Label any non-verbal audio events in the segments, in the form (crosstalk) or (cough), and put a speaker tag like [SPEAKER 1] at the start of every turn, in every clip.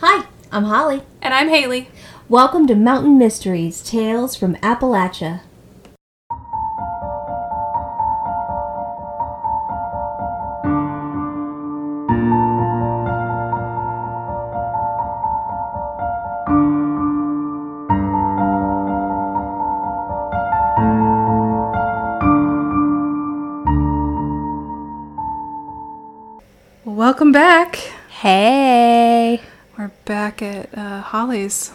[SPEAKER 1] I'm Holly.
[SPEAKER 2] And I'm Haley.
[SPEAKER 1] Welcome to Mountain Mysteries Tales from Appalachia.
[SPEAKER 2] Welcome back.
[SPEAKER 3] Hey.
[SPEAKER 2] We're back at uh, Holly's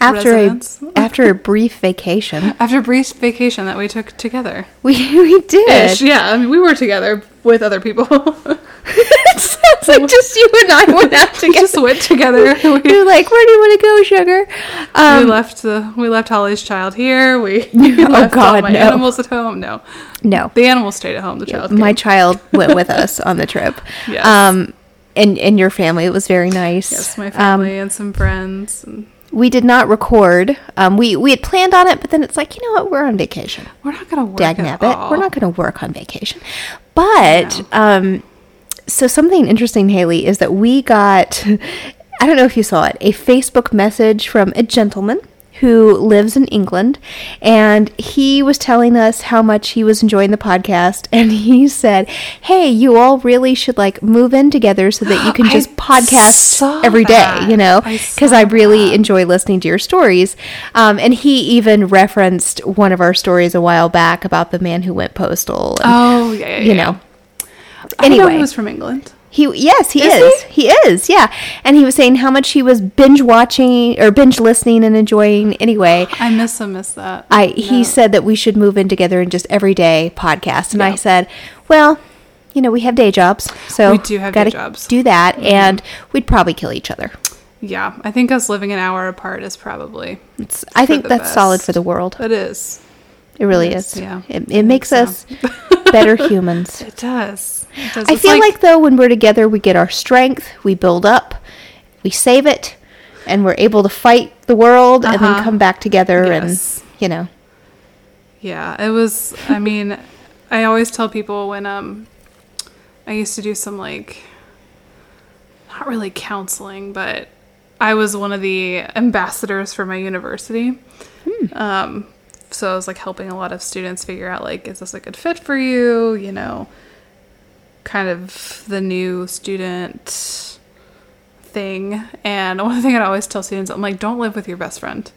[SPEAKER 3] After
[SPEAKER 2] Resonance.
[SPEAKER 3] a (laughs) after a brief vacation, (laughs)
[SPEAKER 2] after a brief vacation that we took together.
[SPEAKER 3] we we did. (laughs)
[SPEAKER 2] Ish, yeah, I mean, we were together with other people. (laughs)
[SPEAKER 3] it sounds like just you and I went out
[SPEAKER 2] we
[SPEAKER 3] together.
[SPEAKER 2] just
[SPEAKER 3] (laughs)
[SPEAKER 2] went together. We,
[SPEAKER 3] You're like, where do you want to go, sugar?
[SPEAKER 2] we
[SPEAKER 3] Um,
[SPEAKER 2] left the we left Holly's child here. We,
[SPEAKER 3] (laughs) Oh,
[SPEAKER 2] left all
[SPEAKER 3] God,
[SPEAKER 2] my
[SPEAKER 3] no.
[SPEAKER 2] animals at home. No,
[SPEAKER 3] no,
[SPEAKER 2] the animals stayed at home. The child.
[SPEAKER 3] my child went
[SPEAKER 2] (laughs)
[SPEAKER 3] with us on the trip.
[SPEAKER 2] Yes.
[SPEAKER 3] Um, and and your family, it was very nice.
[SPEAKER 2] yes, my
[SPEAKER 3] Um,
[SPEAKER 2] family and some friends. And
[SPEAKER 3] we did not record. Um, we we had planned on it, but then it's like, you know what? We're on vacation.
[SPEAKER 2] we're not gonna work
[SPEAKER 3] dag
[SPEAKER 2] at
[SPEAKER 3] nabbit.
[SPEAKER 2] all.
[SPEAKER 3] We're not going to work on vacation. But um, so something interesting, Haley, is that we got, I don't know if you saw it, a Facebook message from a gentleman who lives in England. And he was telling us how much he was enjoying the podcast. And (laughs) he said, Hey, you all really should like move in together so that
[SPEAKER 2] (gasps)
[SPEAKER 3] you can
[SPEAKER 2] I
[SPEAKER 3] just
[SPEAKER 2] saw
[SPEAKER 3] podcast every day,
[SPEAKER 2] that.
[SPEAKER 3] you know?
[SPEAKER 2] I
[SPEAKER 3] Because I really enjoy listening to your stories. Um, and he even referenced one of our stories a while back about the man who went postal. and,
[SPEAKER 2] Oh yeah, yeah,
[SPEAKER 3] you
[SPEAKER 2] yeah.
[SPEAKER 3] know.
[SPEAKER 2] I didn't know
[SPEAKER 3] anyway.
[SPEAKER 2] he was from England.
[SPEAKER 3] He yes, he is. He? is, yeah. And he was saying how much he was binge watching or binge listening and enjoying anyway.
[SPEAKER 2] I miss him. Miss that.
[SPEAKER 3] I he said that we should move in together and just everyday podcast. And I said, Well, you know, we have day jobs. So
[SPEAKER 2] We do have day
[SPEAKER 3] gotta
[SPEAKER 2] jobs. Mm-hmm.
[SPEAKER 3] Do that and we'd probably kill each other.
[SPEAKER 2] Yeah, I think us living an hour apart is probably
[SPEAKER 3] It's, I think
[SPEAKER 2] the
[SPEAKER 3] that's solid
[SPEAKER 2] best.
[SPEAKER 3] for the world.
[SPEAKER 2] it is.
[SPEAKER 3] It really
[SPEAKER 2] Yes,
[SPEAKER 3] is.
[SPEAKER 2] yeah.
[SPEAKER 3] It, it makes
[SPEAKER 2] (laughs)
[SPEAKER 3] us better humans.
[SPEAKER 2] It does. It does.
[SPEAKER 3] I
[SPEAKER 2] It's
[SPEAKER 3] feel like, though when we're together, we get our strength, we build up, we save it, and we're able to fight the world and then
[SPEAKER 2] Uh-huh.
[SPEAKER 3] come back together
[SPEAKER 2] Yes.
[SPEAKER 3] and you know.
[SPEAKER 2] yeah, it was. I mean, I always tell people when um, I used to do some like, not really counseling, but I was one of the ambassadors for my university. Um, so I was like helping a lot of students figure out like, is this a good fit for you? You know, kind of the new student thing. And (laughs) one thing I'd always tell students, I'm like, don't live with your best friend.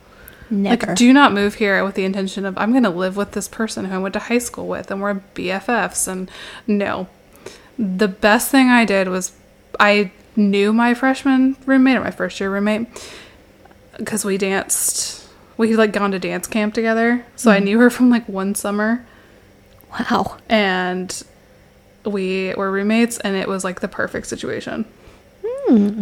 [SPEAKER 3] Never.
[SPEAKER 2] Like, do not move here with the intention of I'm going to live with this person who I went to high school with and we're BFFs. And no, the best thing I did was I knew my freshman roommate or my first year roommate because we danced. We had like gone to dance camp together, so I knew her from like one summer,
[SPEAKER 3] wow.
[SPEAKER 2] and we were roommates, and it was like the perfect situation.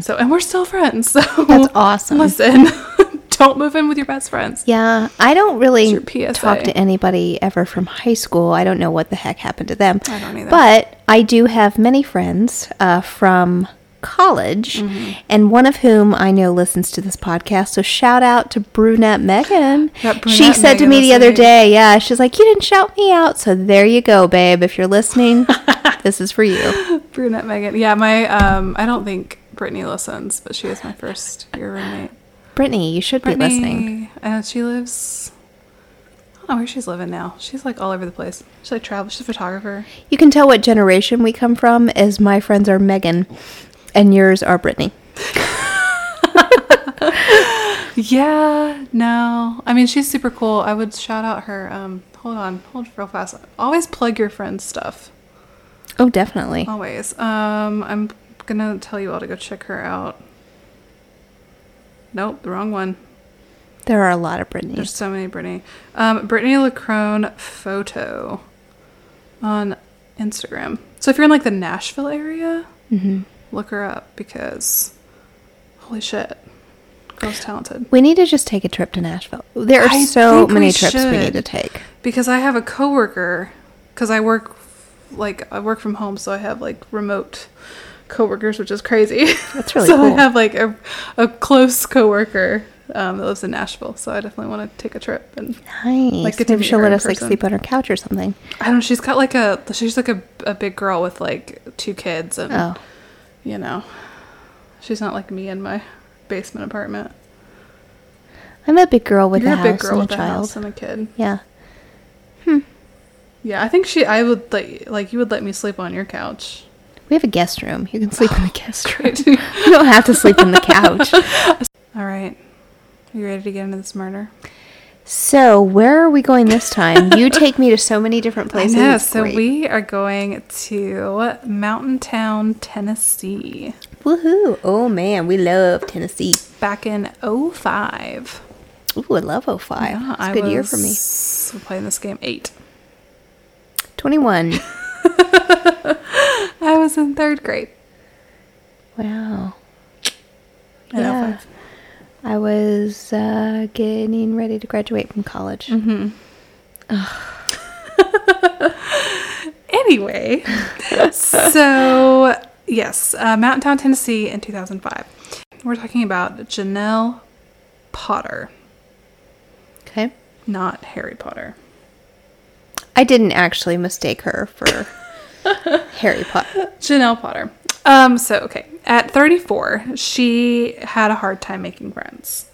[SPEAKER 2] So, and we're still friends. (laughs) So
[SPEAKER 3] That's awesome.
[SPEAKER 2] Listen, (laughs) don't move in with your best friends.
[SPEAKER 3] Yeah, I don't really
[SPEAKER 2] It's your
[SPEAKER 3] talk
[SPEAKER 2] PSA.
[SPEAKER 3] to anybody ever from high school. I don't know what the heck happened to them.
[SPEAKER 2] I don't either.
[SPEAKER 3] But I do have many friends uh, from college,
[SPEAKER 2] Mm-hmm.
[SPEAKER 3] and one of whom I know listens to this podcast. So shout out to Brunette Megan.
[SPEAKER 2] That brunette
[SPEAKER 3] she said to
[SPEAKER 2] Megan
[SPEAKER 3] me the
[SPEAKER 2] is
[SPEAKER 3] other
[SPEAKER 2] amazing.
[SPEAKER 3] day, yeah, she's like, You didn't shout me out. So there you go, babe. If you're
[SPEAKER 2] (laughs)
[SPEAKER 3] listening, this is for you.
[SPEAKER 2] Brunette Megan. Yeah, my um I don't think Brittany listens, but she is my first year roommate.
[SPEAKER 3] Brittany, you should
[SPEAKER 2] Brittany
[SPEAKER 3] be listening.
[SPEAKER 2] And she lives I don't know where she's living now. She's like all over the place. She's like travel she's a photographer.
[SPEAKER 3] You can tell what generation we come from, as my friends are Megan and yours are Brittany.
[SPEAKER 2] Yeah, no. I mean she's super cool. I would shout out her um hold on, hold real fast. Always plug your friends' stuff.
[SPEAKER 3] Oh, definitely.
[SPEAKER 2] Always. Um I'm gonna tell you all to go check her out. Nope, the wrong one.
[SPEAKER 3] There are a lot of Britneys.
[SPEAKER 2] There's so many Brittany. Um, Brittany Lacrone photo on Instagram. So if you're in like the Nashville area,
[SPEAKER 3] Mm-hmm.
[SPEAKER 2] look her up because holy shit, girl's talented.
[SPEAKER 3] we need to just take a trip to Nashville. There are
[SPEAKER 2] I
[SPEAKER 3] so
[SPEAKER 2] think we
[SPEAKER 3] many trips we
[SPEAKER 2] should.
[SPEAKER 3] need to take.
[SPEAKER 2] Because I have a coworker, because I work like I work from home, so I have like remote coworkers, which is crazy.
[SPEAKER 3] That's really
[SPEAKER 2] (laughs) so
[SPEAKER 3] cool.
[SPEAKER 2] I have like a, a close coworker um, that lives in Nashville, so I definitely want to take a trip and
[SPEAKER 3] Nice.
[SPEAKER 2] Like, get to
[SPEAKER 3] Maybe
[SPEAKER 2] meet
[SPEAKER 3] she'll
[SPEAKER 2] her
[SPEAKER 3] let
[SPEAKER 2] in
[SPEAKER 3] us like
[SPEAKER 2] person.
[SPEAKER 3] sleep on her couch or something.
[SPEAKER 2] I don't know. She's got like a she's like a, a big girl with like two kids and
[SPEAKER 3] Oh,
[SPEAKER 2] you know, she's not like me and my basement apartment.
[SPEAKER 3] I'm a big girl with
[SPEAKER 2] You're
[SPEAKER 3] a
[SPEAKER 2] a
[SPEAKER 3] house
[SPEAKER 2] big
[SPEAKER 3] and
[SPEAKER 2] girl with
[SPEAKER 3] a
[SPEAKER 2] a
[SPEAKER 3] child.
[SPEAKER 2] house and a kid.
[SPEAKER 3] yeah.
[SPEAKER 2] Yeah, I think she. I would like like you would let me sleep on your couch.
[SPEAKER 3] We have a guest room. You can sleep in the
[SPEAKER 2] (laughs)
[SPEAKER 3] guest room.
[SPEAKER 2] Great.
[SPEAKER 3] you don't have to sleep in the
[SPEAKER 2] (laughs)
[SPEAKER 3] couch.
[SPEAKER 2] All right, you ready to get into this murder?
[SPEAKER 3] So where are we going this time? You take me to so many different places.
[SPEAKER 2] Yeah,
[SPEAKER 3] It's
[SPEAKER 2] so
[SPEAKER 3] great.
[SPEAKER 2] we are going to Mountain Town, Tennessee,
[SPEAKER 3] woohoo! Oh man, we love Tennessee.
[SPEAKER 2] back in 05.
[SPEAKER 3] Ooh, I love 05.
[SPEAKER 2] Yeah,
[SPEAKER 3] it's a good year for me.
[SPEAKER 2] was Playing this game eight.
[SPEAKER 3] 21.
[SPEAKER 2] I was in third grade.
[SPEAKER 3] wow.
[SPEAKER 2] in
[SPEAKER 3] Yeah.
[SPEAKER 2] 05.
[SPEAKER 3] I was uh, getting ready to graduate from college.
[SPEAKER 2] Anyway, so yes, uh, Mountain Town, Tennessee, in 2005. We're talking about Janelle Potter,
[SPEAKER 3] Okay.
[SPEAKER 2] not Harry Potter.
[SPEAKER 3] I didn't actually mistake her for Harry Potter.
[SPEAKER 2] Janelle Potter. Um, so okay, at 34, she had a hard time making friends.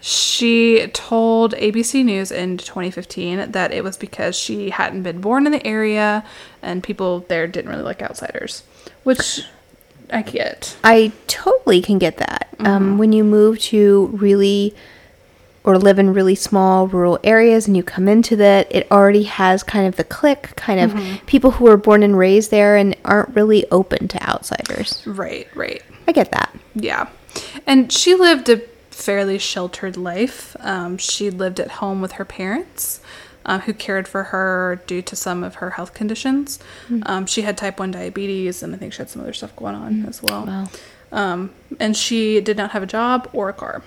[SPEAKER 2] She told ABC News in 2015 that it was because she hadn't been born in the area and people there didn't really like outsiders, which I get.
[SPEAKER 3] I totally can get that. Um, when you move to really or live in really small rural areas and you come into that, it already has kind of the click, kind of people who were born and raised there and aren't really open to outsiders.
[SPEAKER 2] Right, right.
[SPEAKER 3] I get that.
[SPEAKER 2] Yeah. And she lived a fairly sheltered life. Um, she lived at home with her parents, um, who cared for her due to some of her health conditions. Um, she had type 1 diabetes, and I think she had some other stuff going on as well.
[SPEAKER 3] Wow.
[SPEAKER 2] Um, and she did not have a job or a car.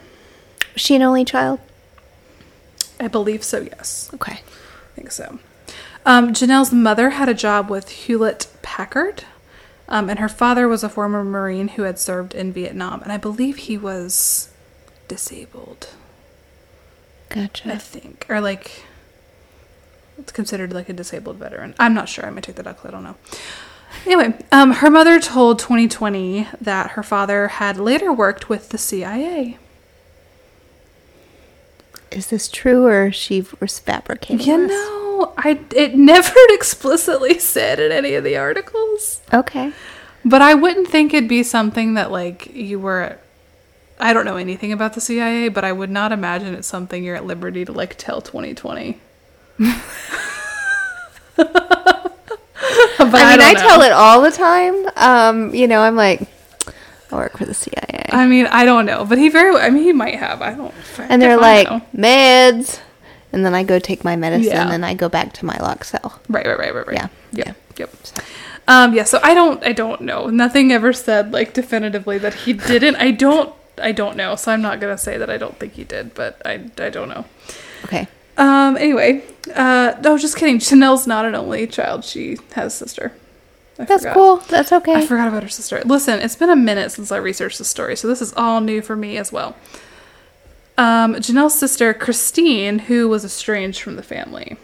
[SPEAKER 3] Was she an only child?
[SPEAKER 2] I believe so, yes.
[SPEAKER 3] Okay.
[SPEAKER 2] I think so. Um, Janelle's mother had a job with Hewlett Packard, um, and her father was a former Marine who had served in Vietnam, and I believe he was disabled. I
[SPEAKER 3] Gotcha.
[SPEAKER 2] think, or like it's considered like a disabled veteran. I'm not sure. I might take that out 'cause I don't know. Anyway, um, her mother told 2020 that her father had later worked with the CIA.
[SPEAKER 3] Is this true or is she was fabricating
[SPEAKER 2] You
[SPEAKER 3] this?
[SPEAKER 2] know, I it never (laughs) explicitly said in any of the articles.
[SPEAKER 3] Okay.
[SPEAKER 2] But I wouldn't think it'd be something that like you were I don't know anything about the CIA, but I would not imagine it's something you're at liberty to like
[SPEAKER 3] (laughs)
[SPEAKER 2] tell 2020. but
[SPEAKER 3] I mean, I,
[SPEAKER 2] don't know.
[SPEAKER 3] tell it all the time. Um, you know, I'm like, I work for the CIA.
[SPEAKER 2] I mean, I don't know, but he very I mean, he might have. I don't
[SPEAKER 3] and they're
[SPEAKER 2] if I
[SPEAKER 3] like,
[SPEAKER 2] know.
[SPEAKER 3] meds. And then I go take my medicine
[SPEAKER 2] Yeah.
[SPEAKER 3] and I go back to my lock cell.
[SPEAKER 2] Right, right, right, right, right.
[SPEAKER 3] Yeah,
[SPEAKER 2] Yep.
[SPEAKER 3] yeah.
[SPEAKER 2] Yep. Um, yeah, so I don't I don't know. Nothing ever said like definitively that he didn't. I don't I don't know. So I'm not going to say that I don't think he did, but I I don't know.
[SPEAKER 3] Okay.
[SPEAKER 2] Um, anyway, uh, no, just kidding. (laughs) Chanel's not an only child. She has a sister. I
[SPEAKER 3] That's
[SPEAKER 2] forgot.
[SPEAKER 3] cool. That's
[SPEAKER 2] I
[SPEAKER 3] okay.
[SPEAKER 2] forgot about her sister. Listen, it's been a minute since I researched this story, so this is all new for me as well. Um, Janelle's sister, Christine, who was estranged from the family.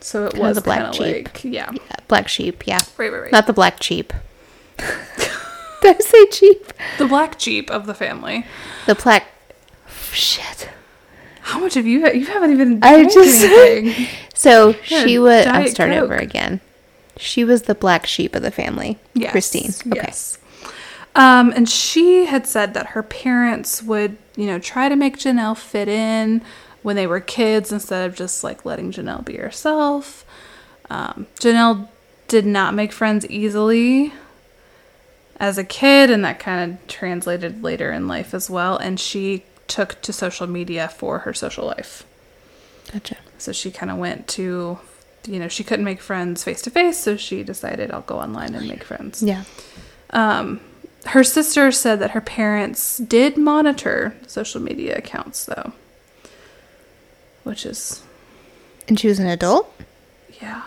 [SPEAKER 2] So it
[SPEAKER 3] Kinda
[SPEAKER 2] was
[SPEAKER 3] the black
[SPEAKER 2] kind of
[SPEAKER 3] sheep.
[SPEAKER 2] like, yeah.
[SPEAKER 3] Yeah, black sheep. Yeah.
[SPEAKER 2] Right, right, right.
[SPEAKER 3] Not the black sheep.
[SPEAKER 2] (laughs)
[SPEAKER 3] (laughs) Did I say sheep?
[SPEAKER 2] the black sheep of the family.
[SPEAKER 3] The black. Shit.
[SPEAKER 2] How much have you, you haven't even
[SPEAKER 3] I
[SPEAKER 2] drank
[SPEAKER 3] just- (laughs)
[SPEAKER 2] anything.
[SPEAKER 3] So
[SPEAKER 2] Yeah,
[SPEAKER 3] she was. I'll
[SPEAKER 2] Diet
[SPEAKER 3] start over
[SPEAKER 2] Coke.
[SPEAKER 3] again. She was the black sheep of the family.
[SPEAKER 2] Yes.
[SPEAKER 3] Christine. Okay.
[SPEAKER 2] Yes. Um, and she had said that her parents would, you know, try to make Janelle fit in when they were kids instead of just like letting Janelle be herself. Um, Janelle did not make friends easily as a kid, and that kind of translated later in life as well. And she took to social media for her social life.
[SPEAKER 3] Gotcha.
[SPEAKER 2] So she kind of went to, you know, she couldn't make friends face to face, so she decided I'll go online and make friends.
[SPEAKER 3] Yeah.
[SPEAKER 2] Um, her sister said that her parents did monitor social media accounts, though, which is
[SPEAKER 3] And she was an adult?
[SPEAKER 2] yeah,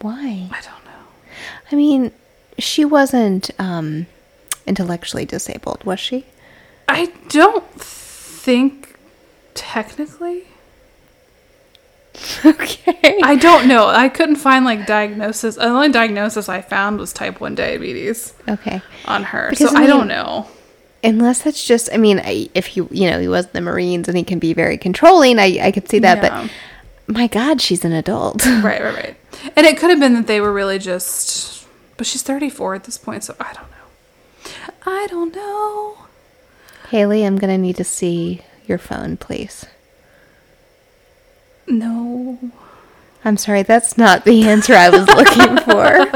[SPEAKER 3] Why?
[SPEAKER 2] I don't know.
[SPEAKER 3] I mean, she wasn't um, intellectually disabled, was
[SPEAKER 2] (laughs)
[SPEAKER 3] she?
[SPEAKER 2] I don't think technically.
[SPEAKER 3] okay.
[SPEAKER 2] I don't know. I couldn't find like diagnosis. The only diagnosis I found was type one diabetes
[SPEAKER 3] Okay.
[SPEAKER 2] on her,
[SPEAKER 3] Because,
[SPEAKER 2] so
[SPEAKER 3] I
[SPEAKER 2] I, don't
[SPEAKER 3] mean-
[SPEAKER 2] know.
[SPEAKER 3] Unless that's just, I mean, I, if he, you know, he was in the Marines and he can be very controlling, I, I could see that.
[SPEAKER 2] Yeah.
[SPEAKER 3] But my God, she's an adult.
[SPEAKER 2] Right, right, right. And it could have been that they were really just. But she's 34 at this point, so I don't know. I don't know.
[SPEAKER 3] (laughs) Haley, I'm going to need to see your phone, please.
[SPEAKER 2] No.
[SPEAKER 3] I'm sorry, that's not the answer I was
[SPEAKER 2] (laughs)
[SPEAKER 3] looking for.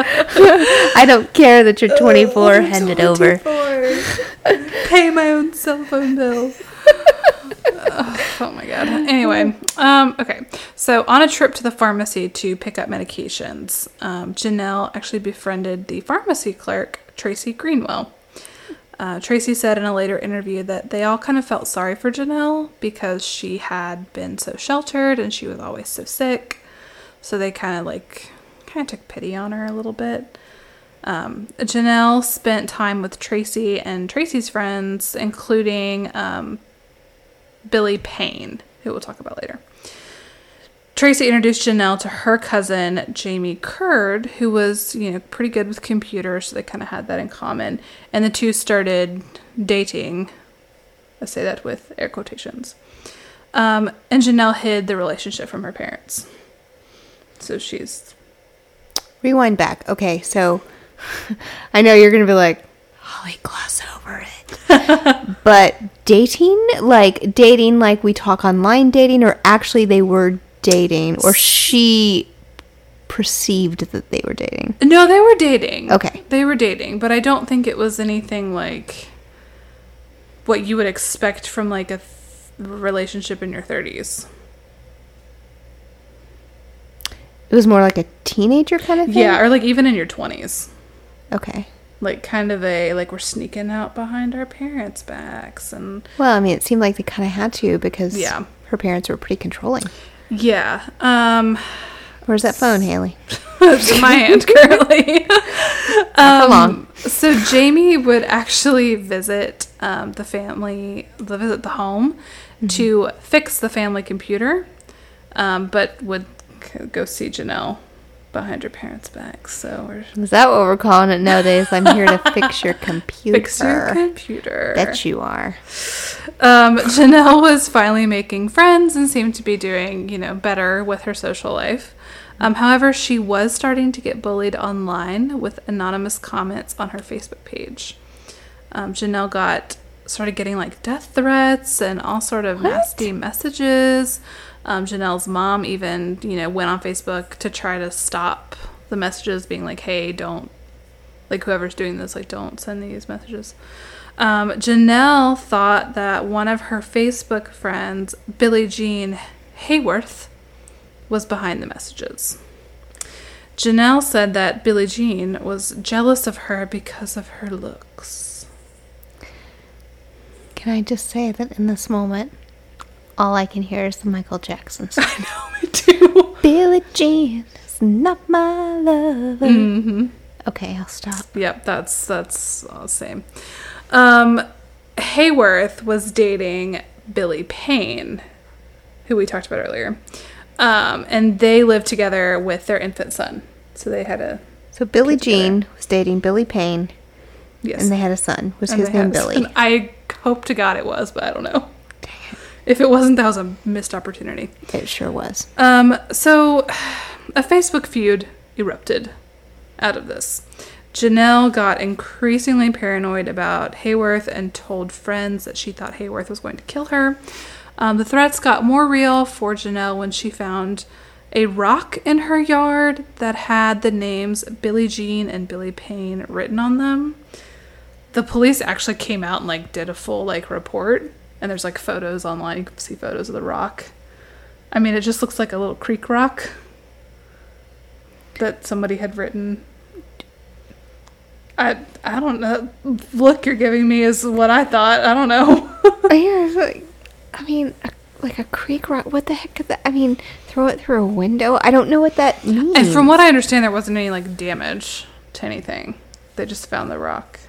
[SPEAKER 3] I don't care that you're
[SPEAKER 2] Uh,
[SPEAKER 3] 24, hand it over.
[SPEAKER 2] (laughs) Pay my own cell phone bill. oh my god. Anyway, um, okay. So on a trip to the pharmacy to pick up medications, um, Janelle actually befriended the pharmacy clerk, Tracy Greenwell. Uh, Tracy said in a later interview that they all kind of felt sorry for Janelle because she had been so sheltered and she was always so sick. So they kind of like kind of took pity on her a little bit. Um, Janelle spent time with Tracy and Tracy's friends, including um, Billy Payne, who we'll talk about later. Tracy introduced Janelle to her cousin Jamie Curd, who was, you know, pretty good with computers, so they kind of had that in common. And the two started dating. I say that with air quotations. Um, and Janelle hid the relationship from her parents, so she's
[SPEAKER 3] Rewind back. Okay, so (laughs) I know you're going to be like, Holly, gloss over it.
[SPEAKER 2] (laughs)
[SPEAKER 3] but dating, like dating, like we talk online dating, or actually they were dating, or she perceived that they were dating.
[SPEAKER 2] No, they were dating.
[SPEAKER 3] Okay.
[SPEAKER 2] They were dating, but I don't think it was anything like what you would expect from like a th- relationship in your 30s.
[SPEAKER 3] It was more like a teenager kind of thing?
[SPEAKER 2] Yeah, or like even in your 20s.
[SPEAKER 3] Okay.
[SPEAKER 2] Like kind of a like we're sneaking out behind our parents' backs and
[SPEAKER 3] Well, I mean, it seemed like they kind of had to because
[SPEAKER 2] Yeah.
[SPEAKER 3] her parents were pretty controlling.
[SPEAKER 2] yeah. Um
[SPEAKER 3] Where's that phone, Haley?
[SPEAKER 2] it's in my hand currently. Um,
[SPEAKER 3] Not for long.
[SPEAKER 2] so Jamie would actually visit um, the family, the visit the home, to fix the family computer, um, but would c- go see Janelle behind her parents' back. So we're
[SPEAKER 3] Is that what we're calling it nowadays? I'm here to (laughs) fix your computer.
[SPEAKER 2] fix your computer.
[SPEAKER 3] Bet you are.
[SPEAKER 2] Um, (laughs) Janelle was finally making friends and seemed to be doing, you know, better with her social life. Um, however, she was starting to get bullied online with anonymous comments on her Facebook page. Um, Janelle got started getting like death threats and all sort of nasty messages. Um, Janelle's mom even, you know, went on Facebook to try to stop the messages, being like, "Hey, don't like whoever's doing this like don't send these messages um, janelle thought that one of her facebook friends billie jean hayworth was behind the messages janelle said that billie jean was jealous of her because of her looks
[SPEAKER 3] Can I just say that in this moment, all I can hear is the Michael (laughs) Jackson song.
[SPEAKER 2] i know i do
[SPEAKER 3] Billie Jean is not my lover.
[SPEAKER 2] Mm-hmm.
[SPEAKER 3] Okay, I'll stop.
[SPEAKER 2] yep that's that's all the same um, hayworth was dating billy payne who we talked about earlier. Um, and they lived together with their infant son. So they had a
[SPEAKER 3] So Billie Jean was dating Billy Payne,
[SPEAKER 2] yes.
[SPEAKER 3] and they had a son. Was
[SPEAKER 2] And
[SPEAKER 3] his
[SPEAKER 2] they
[SPEAKER 3] name
[SPEAKER 2] had-
[SPEAKER 3] Billy?
[SPEAKER 2] and I hope to God it was, but I don't know. If it wasn't, that was a missed opportunity.
[SPEAKER 3] It sure was.
[SPEAKER 2] Um, so a Facebook feud erupted out of this. Janelle got increasingly paranoid about Hayworth and told friends that she thought Hayworth was going to kill her. Um, the threats got more real for Janelle when she found a rock in her yard that had the names Billie Jean and Billy Payne written on them. The police actually came out and like did a full like report, and there's like photos online. You can see photos of the rock. I mean, it just looks like a little creek rock that somebody had written. I I don't know. Look, you're giving me is what I thought. I don't know. (laughs)
[SPEAKER 3] Yeah, it's like- I mean, a, like a creek rock. What the heck? Could that? I mean, throw it through a window. I don't know what that means.
[SPEAKER 2] and from what I understand, there wasn't any like damage to anything. They just found the rock.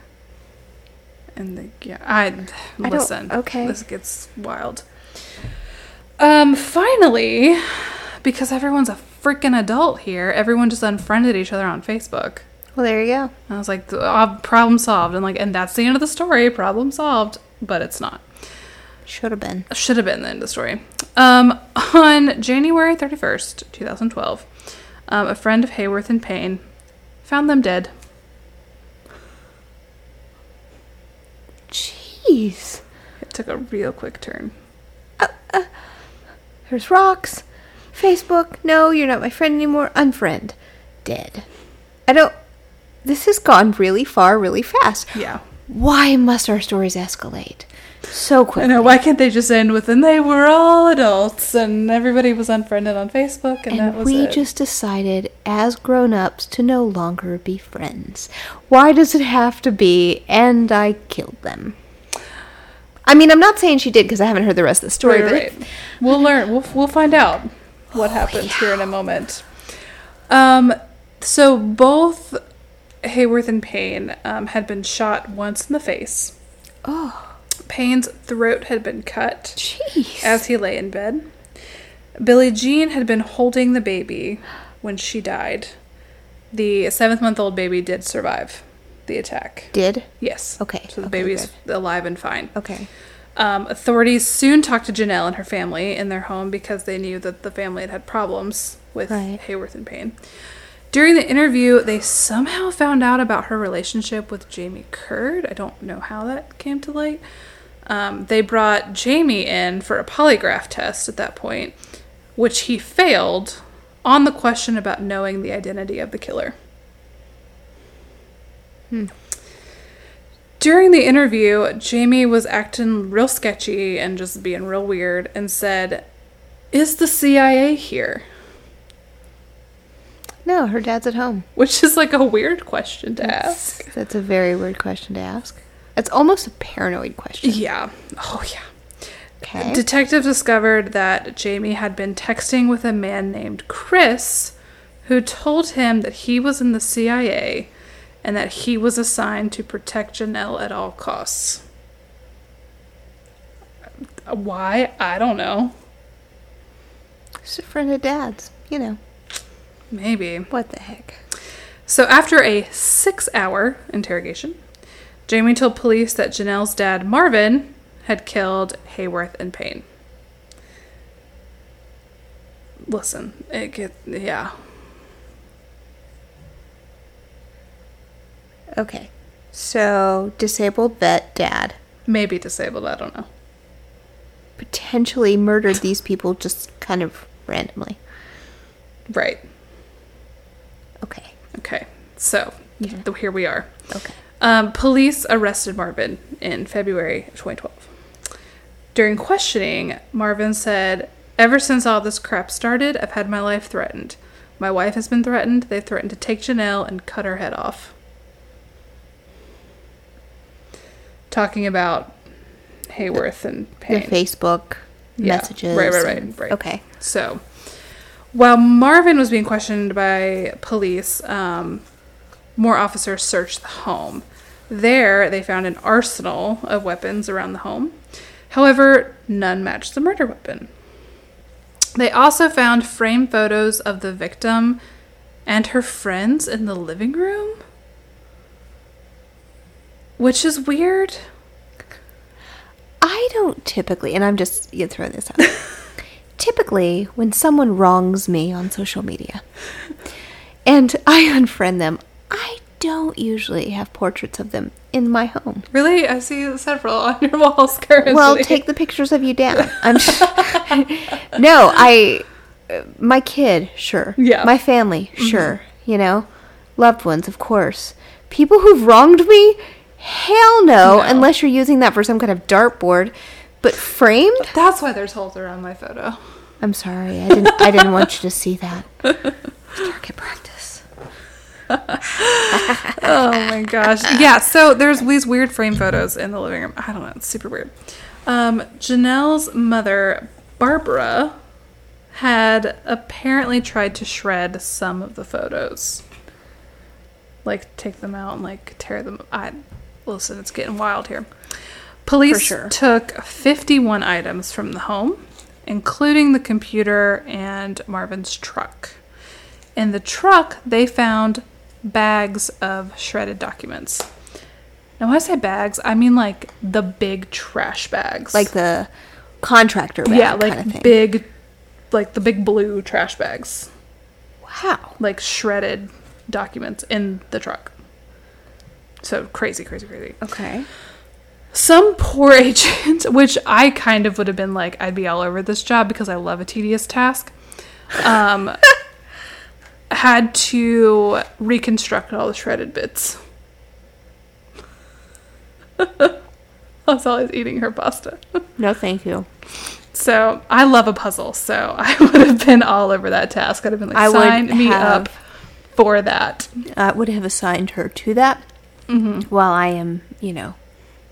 [SPEAKER 2] And they, yeah, I
[SPEAKER 3] don't-
[SPEAKER 2] listen.
[SPEAKER 3] okay.
[SPEAKER 2] this gets wild. Um, finally, because everyone's a freaking adult here, everyone just unfriended each other on Facebook.
[SPEAKER 3] Well, there you go.
[SPEAKER 2] And I was like, "Ah, problem solved. And like, and that's the end of the story. Problem solved. But it's not.
[SPEAKER 3] Should have been.
[SPEAKER 2] Should have been the end of the story. Um, on January 31st, 2012, um, a friend of Hayworth and Payne found them dead.
[SPEAKER 3] Jeez.
[SPEAKER 2] It took a real quick turn.
[SPEAKER 3] There's rocks. Facebook. No, you're not my friend anymore. Unfriend. Dead. I don't. This has gone really far, really fast.
[SPEAKER 2] Yeah.
[SPEAKER 3] Why must our stories escalate so
[SPEAKER 2] I
[SPEAKER 3] quick?
[SPEAKER 2] know. Why can't they just end with, and they were all adults, and everybody was unfriended on Facebook, and, that
[SPEAKER 3] And
[SPEAKER 2] was
[SPEAKER 3] we
[SPEAKER 2] it.
[SPEAKER 3] just decided, as grown ups, to no longer be friends. Why does it have to be, and I killed them? I mean, I'm not saying she did because I haven't heard the rest of the story,
[SPEAKER 2] Right,
[SPEAKER 3] but
[SPEAKER 2] right. We'll learn. We'll, we'll find out what
[SPEAKER 3] Oh,
[SPEAKER 2] happens here in a moment. Um, so both Hayworth and Payne um, had been shot once in the face.
[SPEAKER 3] oh,
[SPEAKER 2] Payne's throat had been cut
[SPEAKER 3] jeez.
[SPEAKER 2] as he lay in bed. Billie Jean had been holding the baby when she died. The seventh month old baby did survive the attack.
[SPEAKER 3] did?
[SPEAKER 2] Yes.
[SPEAKER 3] Okay,
[SPEAKER 2] So the
[SPEAKER 3] okay,
[SPEAKER 2] baby's alive and fine.
[SPEAKER 3] Okay.
[SPEAKER 2] Um, authorities soon talked to Janelle and her family in their home because they knew that the family had had problems with
[SPEAKER 3] Right.
[SPEAKER 2] Hayworth and Payne. During the interview, they somehow found out about her relationship with Jamie Curd. I don't know how that came to light. Um, they brought Jamie in for a polygraph test at that point, which he failed on the question about knowing the identity of the killer. During the interview, Jamie was acting real sketchy and just being real weird and said, Is the CIA here?
[SPEAKER 3] No, her dad's at home.
[SPEAKER 2] Which is like a weird question to ask.
[SPEAKER 3] That's a very weird question to ask. It's almost a paranoid question.
[SPEAKER 2] Yeah. Oh, yeah.
[SPEAKER 3] Okay.
[SPEAKER 2] Detectives discovered that Jamie had been texting with a man named Chris who told him that he was in the CIA and that he was assigned to protect Janelle at all costs. Why? I don't know.
[SPEAKER 3] Just a friend of dad's. You know,
[SPEAKER 2] Maybe.
[SPEAKER 3] what the heck?
[SPEAKER 2] So, after a six hour interrogation, Jamie told police that Janelle's dad, Marvin, had killed Hayworth and Payne. Listen, it get yeah.
[SPEAKER 3] Okay. So, disabled vet dad
[SPEAKER 2] Maybe disabled, I don't know.
[SPEAKER 3] potentially murdered these people just kind of randomly.
[SPEAKER 2] Right.
[SPEAKER 3] Okay.
[SPEAKER 2] Okay. So,
[SPEAKER 3] Yeah.
[SPEAKER 2] th- here we are.
[SPEAKER 3] Okay.
[SPEAKER 2] Um, police arrested Marvin in February of 2012. During questioning, Marvin said, Ever since all this crap started, I've had my life threatened. My wife has been threatened. They threatened to take Janelle and cut her head off. Talking about Hayworth and Payne.
[SPEAKER 3] The Facebook
[SPEAKER 2] Yeah.
[SPEAKER 3] messages.
[SPEAKER 2] Right, right, right,
[SPEAKER 3] and-
[SPEAKER 2] right.
[SPEAKER 3] Okay.
[SPEAKER 2] So, while Marvin was being questioned by police, um, more officers searched the home. There, they found an arsenal of weapons around the home. However, none matched the murder weapon. They also found frame photos of the victim and her friends in the living room, which is weird.
[SPEAKER 3] I don't typically, and I'm just you throw this
[SPEAKER 2] (laughs)
[SPEAKER 3] out. typically, when someone wrongs me on social media, and I unfriend them, I don't usually have portraits of them in my home.
[SPEAKER 2] Really, I see several (laughs) on your walls currently. (laughs)
[SPEAKER 3] Well, take the pictures of you down. I'm (laughs) sh- no, I. uh, My kid, sure.
[SPEAKER 2] Yeah. Mm-hmm.
[SPEAKER 3] My family, sure. You know, loved ones, of course. People who've wronged me, hell no,
[SPEAKER 2] No.
[SPEAKER 3] Unless you're using that for some kind of dartboard, but framed.
[SPEAKER 2] That's why there's holes around my photo.
[SPEAKER 3] I'm sorry. I didn't. I didn't want you to see that. Target practice.
[SPEAKER 2] Oh my gosh. (laughs) Yeah, so there's these weird frame photos in the living room. I don't know, it's super weird. Um, Janelle's mother, Barbara, had apparently tried to shred some of the photos. Like take them out and like tear them I listen, it's getting wild here. Police
[SPEAKER 3] sure.
[SPEAKER 2] took 51 items from the home, including the computer and Marvin's truck. In the truck, they found bags of shredded documents. Now, when I say bags, I mean like the big trash bags.
[SPEAKER 3] like the contractor bag
[SPEAKER 2] yeah, like
[SPEAKER 3] kind of thing.
[SPEAKER 2] big, like the big blue trash bags,
[SPEAKER 3] wow.
[SPEAKER 2] like shredded documents in the truck. So crazy, crazy, crazy.
[SPEAKER 3] Okay.
[SPEAKER 2] Some poor (laughs) agent, which I kind of would have been like, I'd be all over this job because I love a tedious task, um, had to reconstruct all the shredded bits. (laughs) That's all he's eating her pasta.
[SPEAKER 3] No, thank you.
[SPEAKER 2] So I love a puzzle, so (laughs) I would have been all over that task. I'd have been like,
[SPEAKER 3] I would
[SPEAKER 2] sign me
[SPEAKER 3] have-
[SPEAKER 2] up for that. Mm-hmm.
[SPEAKER 3] I would have assigned her to that while I am, you know,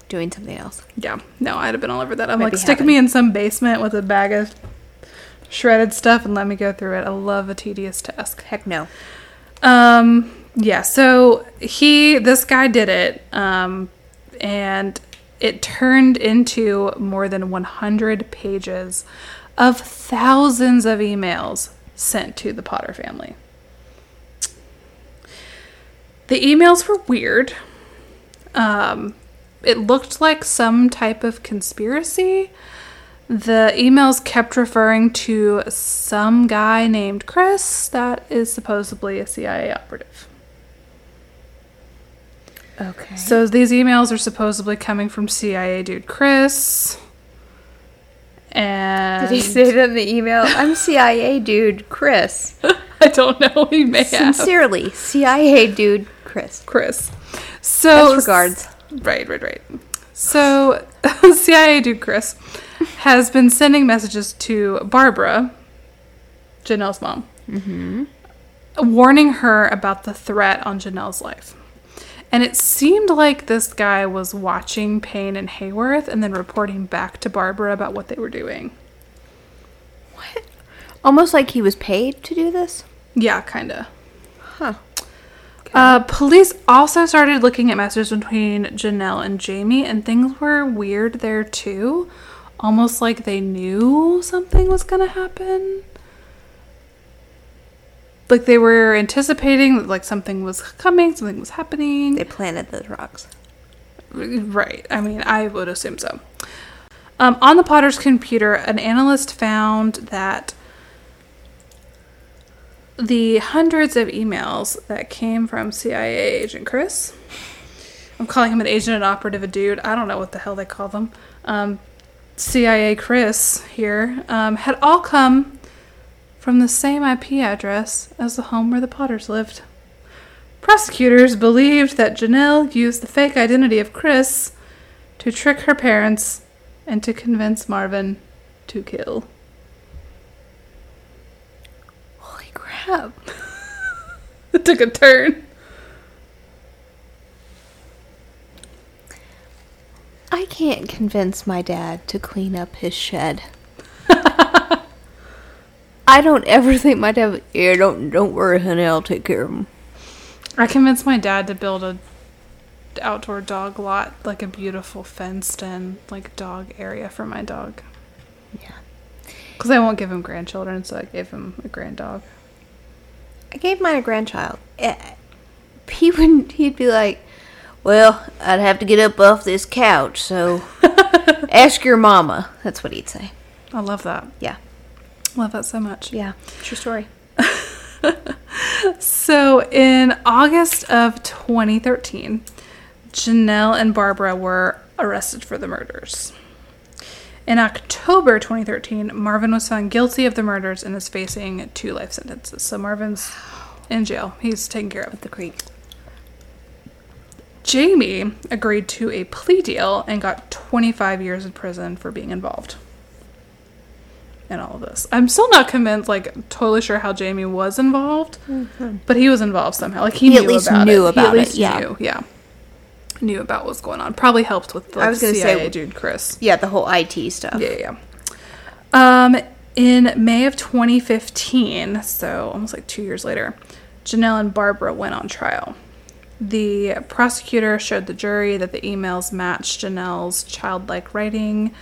[SPEAKER 3] doing something else.
[SPEAKER 2] Yeah, no, I'd have been all over that. I'm
[SPEAKER 3] Might
[SPEAKER 2] like,
[SPEAKER 3] be
[SPEAKER 2] stick
[SPEAKER 3] heaven.
[SPEAKER 2] me in some basement with a bag of shredded stuff and let me go through it. I love a tedious task.
[SPEAKER 3] Heck no.
[SPEAKER 2] Um, yeah, so he, this guy did it, um, and it turned into more than 100 pages of thousands of emails sent to the Potter family. The emails were weird. Um, it looked like some type of conspiracy. The emails kept referring to some guy named Chris that is supposedly a CIA operative.
[SPEAKER 3] Okay.
[SPEAKER 2] So these emails are supposedly coming from CIA dude Chris. And
[SPEAKER 3] Did he say that in the email? I'm CIA dude (laughs) Chris.
[SPEAKER 2] (laughs) I don't know. He may have.
[SPEAKER 3] Sincerely, CIA dude Chris.
[SPEAKER 2] Chris. So
[SPEAKER 3] Best regards.
[SPEAKER 2] Right, right, right. So (laughs) CIA dude Chris has been sending messages to Barbara, Janelle's mom,
[SPEAKER 3] Mm-hmm.
[SPEAKER 2] warning her about the threat on Janelle's life. And it seemed like this guy was watching Payne and Hayworth and then reporting back to Barbara about what they were doing.
[SPEAKER 3] Almost like he was paid to do this.
[SPEAKER 2] Yeah, kinda.
[SPEAKER 3] Huh.
[SPEAKER 2] Uh, police also started looking at messages between Janelle and Jamie, and things were weird there too. Almost like they knew something was going to happen. Like they were anticipating that like something was coming, something was happening.
[SPEAKER 3] They planted those rocks.
[SPEAKER 2] Right. I mean, I would assume so. Um, on the Potter's computer, an analyst found that the hundreds of emails that came from CIA agent Chris. I'm calling him an agent, an operative, a dude. I don't know what the hell they call them. Um, CIA Chris here um, had all come from the same IP address as the home where the Potters lived. Prosecutors believed that Janelle used the fake identity of Chris to trick her parents and to convince Marvin to kill. (laughs)
[SPEAKER 3] Holy crap.
[SPEAKER 2] It took a turn.
[SPEAKER 3] I can't convince my dad to clean up his shed. (laughs) I don't ever think my dad. would- Yeah, don't don't worry, honey. I'll take care of him.
[SPEAKER 2] I convinced my dad to build a outdoor dog lot, like a beautiful fenced in like dog area for my dog.
[SPEAKER 3] Yeah.
[SPEAKER 2] Cuz I won't give him grandchildren, so I gave him a grand dog.
[SPEAKER 3] I gave mine a grandchild. Eh, He wouldn't. He'd be like, "Well, I'd have to get up off this couch, so (laughs) ask your mama." That's what he'd say.
[SPEAKER 2] I love that.
[SPEAKER 3] Yeah,
[SPEAKER 2] Love that so much.
[SPEAKER 3] yeah. True story.
[SPEAKER 2] (laughs) So in August of 2013, Janelle and Barbara were arrested for the murders. In October 2013, Marvin was found guilty of the murders and is facing two life sentences. So Marvin's in jail. He's taken care of.
[SPEAKER 3] The creek.
[SPEAKER 2] Jamie agreed to a plea deal and got 25 years in prison for being involved in all of this. I'm still not convinced, like, totally sure how Jamie was involved, but he was involved somehow. Like, he,
[SPEAKER 3] Mm-hmm. He
[SPEAKER 2] knew
[SPEAKER 3] at least
[SPEAKER 2] about
[SPEAKER 3] knew
[SPEAKER 2] it.
[SPEAKER 3] about
[SPEAKER 2] he
[SPEAKER 3] it,
[SPEAKER 2] at least
[SPEAKER 3] yeah.
[SPEAKER 2] Knew, yeah. Knew about what was going on. Probably helped with the
[SPEAKER 3] I was gonna say-
[SPEAKER 2] CIA dude, Chris.
[SPEAKER 3] Yeah, the whole IT stuff.
[SPEAKER 2] Yeah, yeah. yeah. Um, in May of 2015, so almost like two years later, Janelle and Barbara went on trial. The prosecutor showed the jury that the emails matched Janelle's childlike writing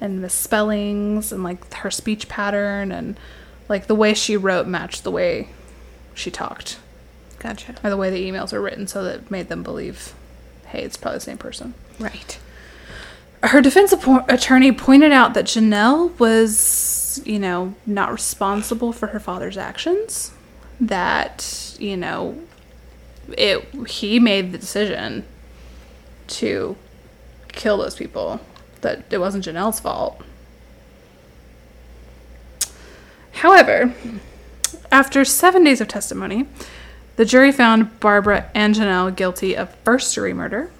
[SPEAKER 2] and misspellings and like her speech pattern and like the way she wrote matched the way she talked.
[SPEAKER 3] Gotcha.
[SPEAKER 2] or the way the emails are written so that made them believe hey it's probably the same person
[SPEAKER 3] Right.
[SPEAKER 2] her defense appo- attorney pointed out that janelle was you know not responsible for her father's actions that you know it he made the decision to kill those people that it wasn't janelle's fault However, after seven days of testimony, the jury found Barbara and Janelle guilty of first degree murder,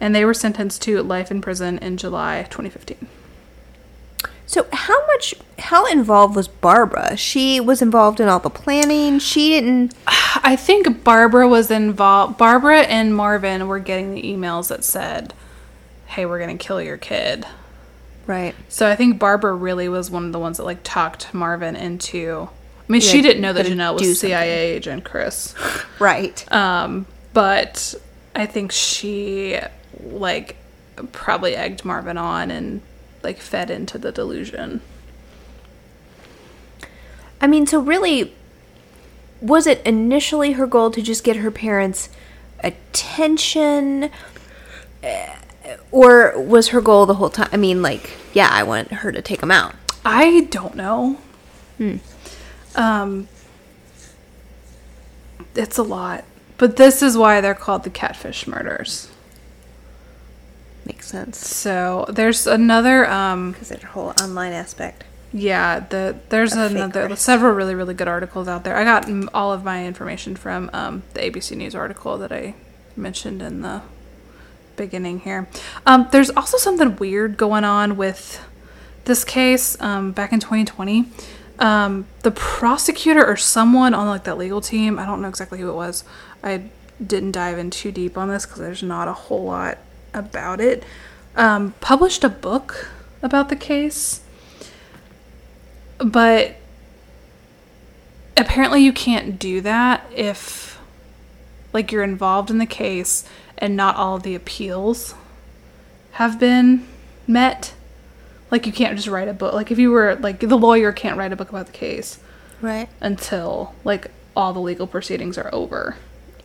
[SPEAKER 2] and they were sentenced to life in prison in July 2015.
[SPEAKER 3] So how much how involved was Barbara? She was involved in all the planning. She didn't
[SPEAKER 2] I think Barbara was involved. Barbara and Marvin were getting the emails that said, "Hey, we're gonna kill your kid."
[SPEAKER 3] Right.
[SPEAKER 2] So I think Barbara really was one of the ones that like talked Marvin into. I mean, she
[SPEAKER 3] Yeah,
[SPEAKER 2] didn't know that
[SPEAKER 3] gotta
[SPEAKER 2] Janelle
[SPEAKER 3] do
[SPEAKER 2] was
[SPEAKER 3] something.
[SPEAKER 2] CIA agent Chris.
[SPEAKER 3] Right.
[SPEAKER 2] Um, but I think she like probably egged Marvin on and like fed into the delusion.
[SPEAKER 3] I mean, so really was it initially her goal to just get her parents attention Uh, or was her goal the whole time I mean like yeah, I want her to take them out.
[SPEAKER 2] I don't know. Hmm. Um, it's a lot, but this is why they're called the catfish murders.
[SPEAKER 3] Makes sense
[SPEAKER 2] So there's another um,
[SPEAKER 3] because there's a whole online aspect.
[SPEAKER 2] Yeah, the there's
[SPEAKER 3] A fake
[SPEAKER 2] another
[SPEAKER 3] risk.
[SPEAKER 2] several really really good articles out there. I got m- all of my information from um, the ABC News article that I mentioned in the beginning here. Um, there's also something weird going on with this case um, back in 2020. Um, the prosecutor or someone on like that legal team, I don't know exactly who it was. I didn't dive in too deep on this because there's not a whole lot about it. Um, published a book about the case but apparently you can't do that if like you're involved in the case and not all of the appeals have been met like you can't just write a book like if you were like the lawyer can't write a book about the case
[SPEAKER 3] Right.
[SPEAKER 2] until like all the legal proceedings are over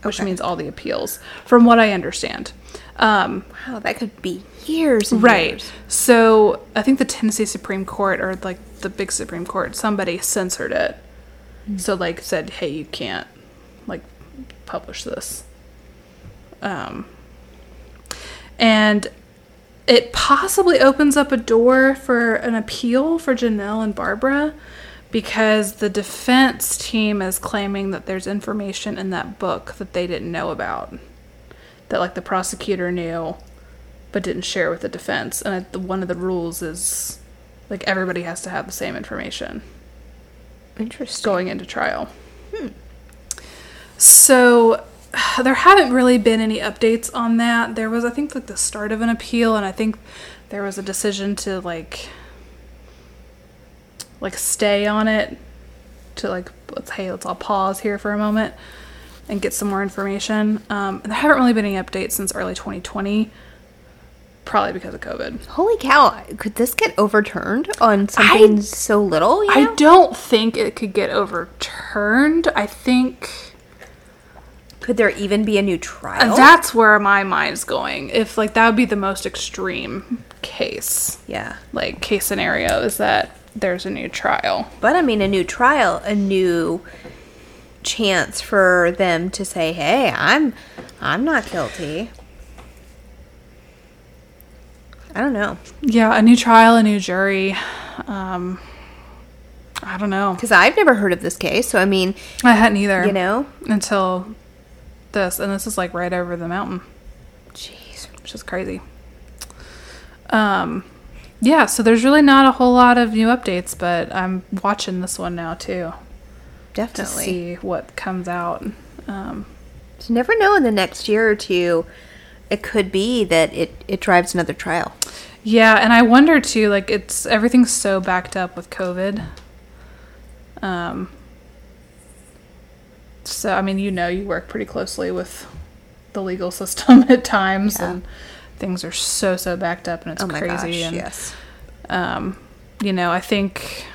[SPEAKER 2] which
[SPEAKER 3] Okay.
[SPEAKER 2] means all the appeals from what i understand um,
[SPEAKER 3] Wow, that could be years and
[SPEAKER 2] Right.
[SPEAKER 3] years.
[SPEAKER 2] So I think the Tennessee Supreme Court or like the big Supreme Court, somebody censored it. So like said, hey, you can't like publish this. Um, and it possibly opens up a door for an appeal for Janelle and Barbara because the defense team is claiming that there's information in that book that they didn't know about. That like the prosecutor knew but didn't share with the defense. And I, the, one of the rules is like everybody has to have the same information
[SPEAKER 3] Interesting.
[SPEAKER 2] going into trial. So (sighs) there haven't really been any updates on that. There was, I think, like the start of an appeal, and I think there was a decision to like like stay on it to like let's hey let's all pause here for a moment and get some more information. Um, and there haven't really been any updates since early 2020, probably because of COVID.
[SPEAKER 3] Holy cow! Could this get overturned on something so little? You
[SPEAKER 2] I
[SPEAKER 3] know?
[SPEAKER 2] don't think it could get overturned. I think
[SPEAKER 3] Could there even be a new trial?
[SPEAKER 2] That's where my mind's going. If like that would be the most extreme case,
[SPEAKER 3] yeah,
[SPEAKER 2] like case scenario is that there's a new trial.
[SPEAKER 3] but I mean, a new trial, a new chance for them to say, "Hey, I'm, I'm not guilty." I don't know
[SPEAKER 2] Yeah, a new trial, a new jury. Um, I don't know.
[SPEAKER 3] because I've never heard of this case. So I mean,
[SPEAKER 2] I hadn't either.
[SPEAKER 3] you know,
[SPEAKER 2] until this, and this is like right over the mountain,
[SPEAKER 3] jeez,
[SPEAKER 2] which is crazy. Um, yeah. So there's really not a whole lot of new updates, but I'm watching this one now too to
[SPEAKER 3] definitely.
[SPEAKER 2] see what comes out. Um,
[SPEAKER 3] You never know. In the next year or two, it could be that it it drives another trial.
[SPEAKER 2] Yeah, and I wonder too, like it's everything's so backed up with COVID. Um so I mean, you know, you work pretty closely with the legal (laughs) system at times
[SPEAKER 3] Yeah.
[SPEAKER 2] and things are so so backed up and it's
[SPEAKER 3] oh my
[SPEAKER 2] crazy
[SPEAKER 3] gosh!
[SPEAKER 2] and
[SPEAKER 3] Yes.
[SPEAKER 2] um, you know, I think,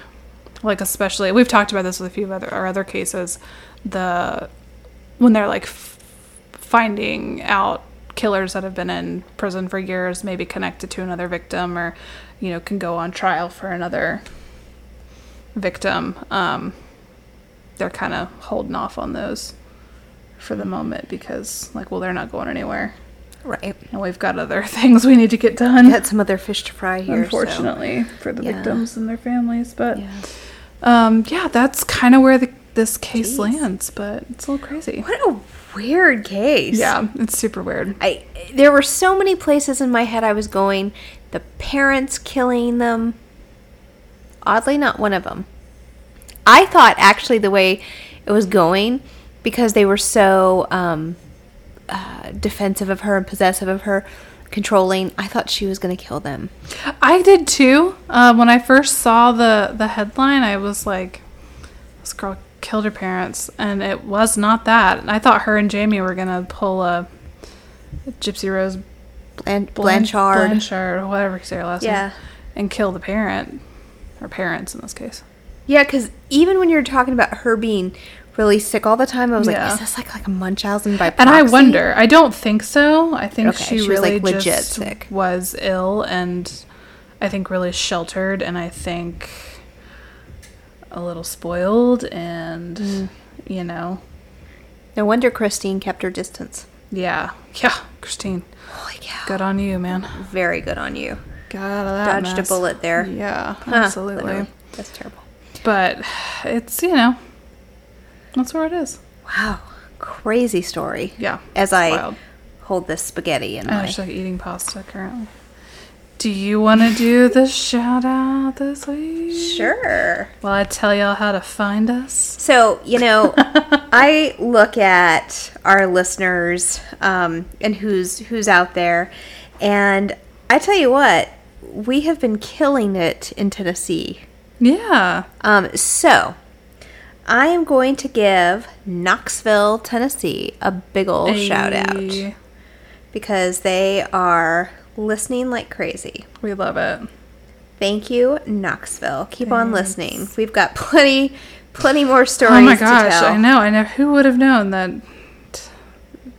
[SPEAKER 2] like especially we've talked about this with a few of other our other cases, the when they're like f- finding out killers that have been in prison for years, maybe connected to another victim, or you know can go on trial for another victim. Um, they're kind of holding off on those for the moment because like well they're not going anywhere
[SPEAKER 3] Right.
[SPEAKER 2] and we've got other (laughs) things we need to get done
[SPEAKER 3] Got some other fish to fry here. so-
[SPEAKER 2] unfortunately for the
[SPEAKER 3] Yeah.
[SPEAKER 2] victims and their families but
[SPEAKER 3] Yeah.
[SPEAKER 2] um yeah that's kind of where the, this case
[SPEAKER 3] Jeez.
[SPEAKER 2] lands but it's a little crazy
[SPEAKER 3] What a weird case.
[SPEAKER 2] yeah it's super weird
[SPEAKER 3] I there were so many places in my head I was going. The parents killing them. Oddly, not one of them. I thought actually the way it was going because they were so um, uh, defensive of her and possessive of her, controlling. I thought she was going to kill them.
[SPEAKER 2] I did too. Uh, when I first saw the the headline, I was like, "This girl killed her parents," and it was not that. And I thought her and Jamie were gonna pull a Gypsy Rose
[SPEAKER 3] Blan-
[SPEAKER 2] Blan-
[SPEAKER 3] Blanchard.
[SPEAKER 2] Blanchard, or whatever say her last
[SPEAKER 3] Yeah.
[SPEAKER 2] name, and kill the parent or parents in this case.
[SPEAKER 3] Yeah, because even when you were talking about her being really sick all the time, I was
[SPEAKER 2] Yeah.
[SPEAKER 3] like, is this like like a Munchausen by
[SPEAKER 2] And I
[SPEAKER 3] proxy?
[SPEAKER 2] wonder. I don't think so. I think
[SPEAKER 3] Okay,
[SPEAKER 2] she,
[SPEAKER 3] she was, like,
[SPEAKER 2] really
[SPEAKER 3] legit
[SPEAKER 2] just
[SPEAKER 3] sick.
[SPEAKER 2] was ill, and I think really sheltered, and I think a little spoiled, and
[SPEAKER 3] Hmm.
[SPEAKER 2] you know,
[SPEAKER 3] No wonder Christine kept her distance.
[SPEAKER 2] yeah, yeah, Christine,
[SPEAKER 3] Holy cow!
[SPEAKER 2] good on you, man.
[SPEAKER 3] Very good on you.
[SPEAKER 2] Got out of that
[SPEAKER 3] Dodged
[SPEAKER 2] mess.
[SPEAKER 3] a bullet there.
[SPEAKER 2] Yeah,
[SPEAKER 3] Huh,
[SPEAKER 2] absolutely.
[SPEAKER 3] literally. That's terrible.
[SPEAKER 2] But it's you know, that's where it is.
[SPEAKER 3] Wow. Crazy story.
[SPEAKER 2] Yeah,
[SPEAKER 3] As
[SPEAKER 2] it's
[SPEAKER 3] I
[SPEAKER 2] wild.
[SPEAKER 3] hold this spaghetti in
[SPEAKER 2] I'm
[SPEAKER 3] my.
[SPEAKER 2] actually eating pasta currently. Do you want to do the shout out this week?
[SPEAKER 3] Sure.
[SPEAKER 2] Well, I tell y'all how to find us.
[SPEAKER 3] So, you (laughs) know, I look at our listeners um, and who's who's out there, and I tell you what, we have been killing it in Tennessee.
[SPEAKER 2] Yeah.
[SPEAKER 3] Um, so, I am going to give Knoxville, Tennessee, a big ol' shout out
[SPEAKER 2] Hey,
[SPEAKER 3] because they are listening like crazy.
[SPEAKER 2] We love it.
[SPEAKER 3] Thank you, Knoxville. Keep on listening. We've got plenty, plenty more stories.
[SPEAKER 2] oh my
[SPEAKER 3] to
[SPEAKER 2] gosh,
[SPEAKER 3] tell.
[SPEAKER 2] I know. I know. Who would have known that? t-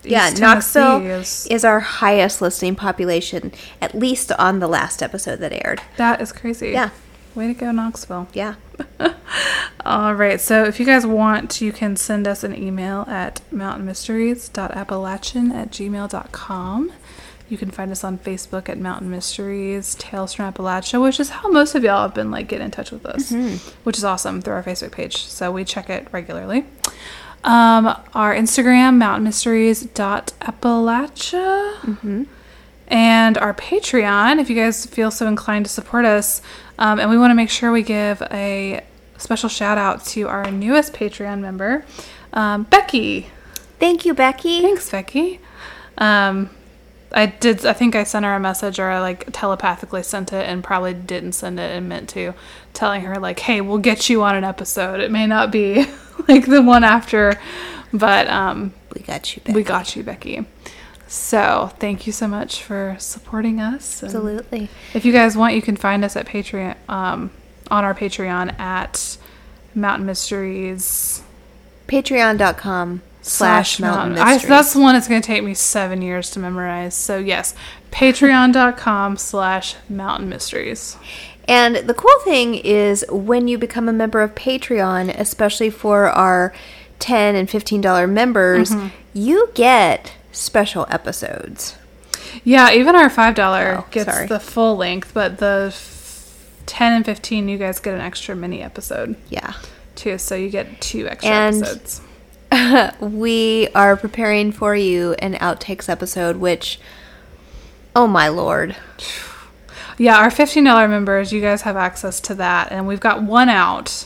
[SPEAKER 3] Yeah,
[SPEAKER 2] East
[SPEAKER 3] Knoxville
[SPEAKER 2] Tennessee
[SPEAKER 3] is...
[SPEAKER 2] is-
[SPEAKER 3] our highest listening population, at least on the last episode that aired.
[SPEAKER 2] That is crazy.
[SPEAKER 3] Yeah.
[SPEAKER 2] Way to go, Knoxville.
[SPEAKER 3] Yeah.
[SPEAKER 2] All right. So if you guys want, you can send us an email at mountainmysteries.appalachian at gmail.com. You can find us on Facebook at Mountain Mysteries Tales from Appalachia, which is how most of y'all have been like getting in touch with us, which is awesome through our Facebook page. So we check it regularly. Um, our Instagram, mountainmysteries.appalachia. Mm-hmm and our Patreon if you guys feel so inclined to support us. Um, and we want to make sure we give a special shout out to our newest Patreon member, um, Becky.
[SPEAKER 3] Thank you, Becky.
[SPEAKER 2] Thanks, Becky. Um, I did. I think I sent her a message, or I like telepathically sent it, and probably didn't send it and meant to, telling her like, "Hey, we'll get you on an episode. It may not be (laughs) like the one after, but um,
[SPEAKER 3] We got you, Becky.
[SPEAKER 2] we got you, Becky. So thank you so much for supporting us. and
[SPEAKER 3] Absolutely.
[SPEAKER 2] If you guys want, you can find us at Patreon um, on our Patreon at Mountain Mysteries
[SPEAKER 3] Patreon.com slash Mountain Mysteries.
[SPEAKER 2] I, that's the one that's going to take me seven years to memorize. So yes, Patreon.com slash Mountain Mysteries.
[SPEAKER 3] And the cool thing is when you become a member of Patreon, especially for our 10 and $15 members,
[SPEAKER 2] Mm-hmm.
[SPEAKER 3] you get special episodes.
[SPEAKER 2] Yeah, even our five dollar
[SPEAKER 3] Oh,
[SPEAKER 2] gets
[SPEAKER 3] sorry.
[SPEAKER 2] the full length, but the f- ten and fifteen, you guys get an extra mini episode
[SPEAKER 3] Yeah.
[SPEAKER 2] too. So you get two extra
[SPEAKER 3] And-
[SPEAKER 2] episodes.
[SPEAKER 3] we are preparing for you an outtakes episode, which, oh my lord.
[SPEAKER 2] Yeah, our fifteen dollar members, you guys have access to that, and we've got one out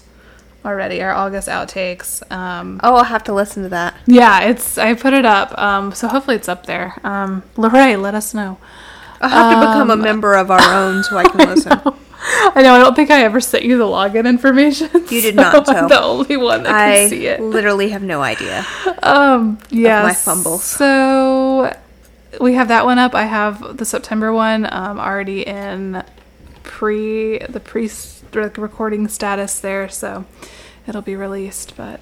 [SPEAKER 2] already. Our August outtakes. Um,
[SPEAKER 3] Oh, I'll have to listen to that.
[SPEAKER 2] yeah, it's I put it up, um, so hopefully it's up there. Um, Lorraine, let us know.
[SPEAKER 3] I'll have to become a member of our own so I can listen.
[SPEAKER 2] Um, (laughs) I know I don't think I ever sent you the login information.
[SPEAKER 3] You
[SPEAKER 2] (laughs)
[SPEAKER 3] did not, so
[SPEAKER 2] I'm the only one that
[SPEAKER 3] I
[SPEAKER 2] can see it.
[SPEAKER 3] literally have no idea.
[SPEAKER 2] Um, yeah,
[SPEAKER 3] my fumbles.
[SPEAKER 2] So we have that one up. I have the September one um, already in pre the pre recording status there, so it'll be released. But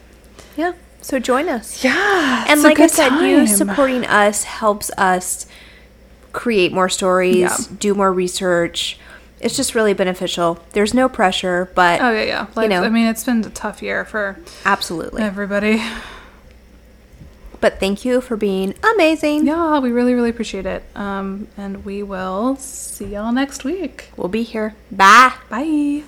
[SPEAKER 3] Yeah. So join us.
[SPEAKER 2] Yeah.
[SPEAKER 3] And
[SPEAKER 2] it's a
[SPEAKER 3] like I
[SPEAKER 2] good
[SPEAKER 3] said, you
[SPEAKER 2] time.
[SPEAKER 3] supporting us helps us create more stories,
[SPEAKER 2] Yeah.
[SPEAKER 3] do more research. It's just really beneficial. There's no pressure, but
[SPEAKER 2] Oh yeah, yeah. Like,
[SPEAKER 3] know.
[SPEAKER 2] I mean, it's been a tough year for
[SPEAKER 3] absolutely.
[SPEAKER 2] everybody. (laughs)
[SPEAKER 3] But thank you for being amazing.
[SPEAKER 2] Yeah, we really, really appreciate it. Um, and we will see y'all next week.
[SPEAKER 3] We'll be here. Bye.
[SPEAKER 2] Bye.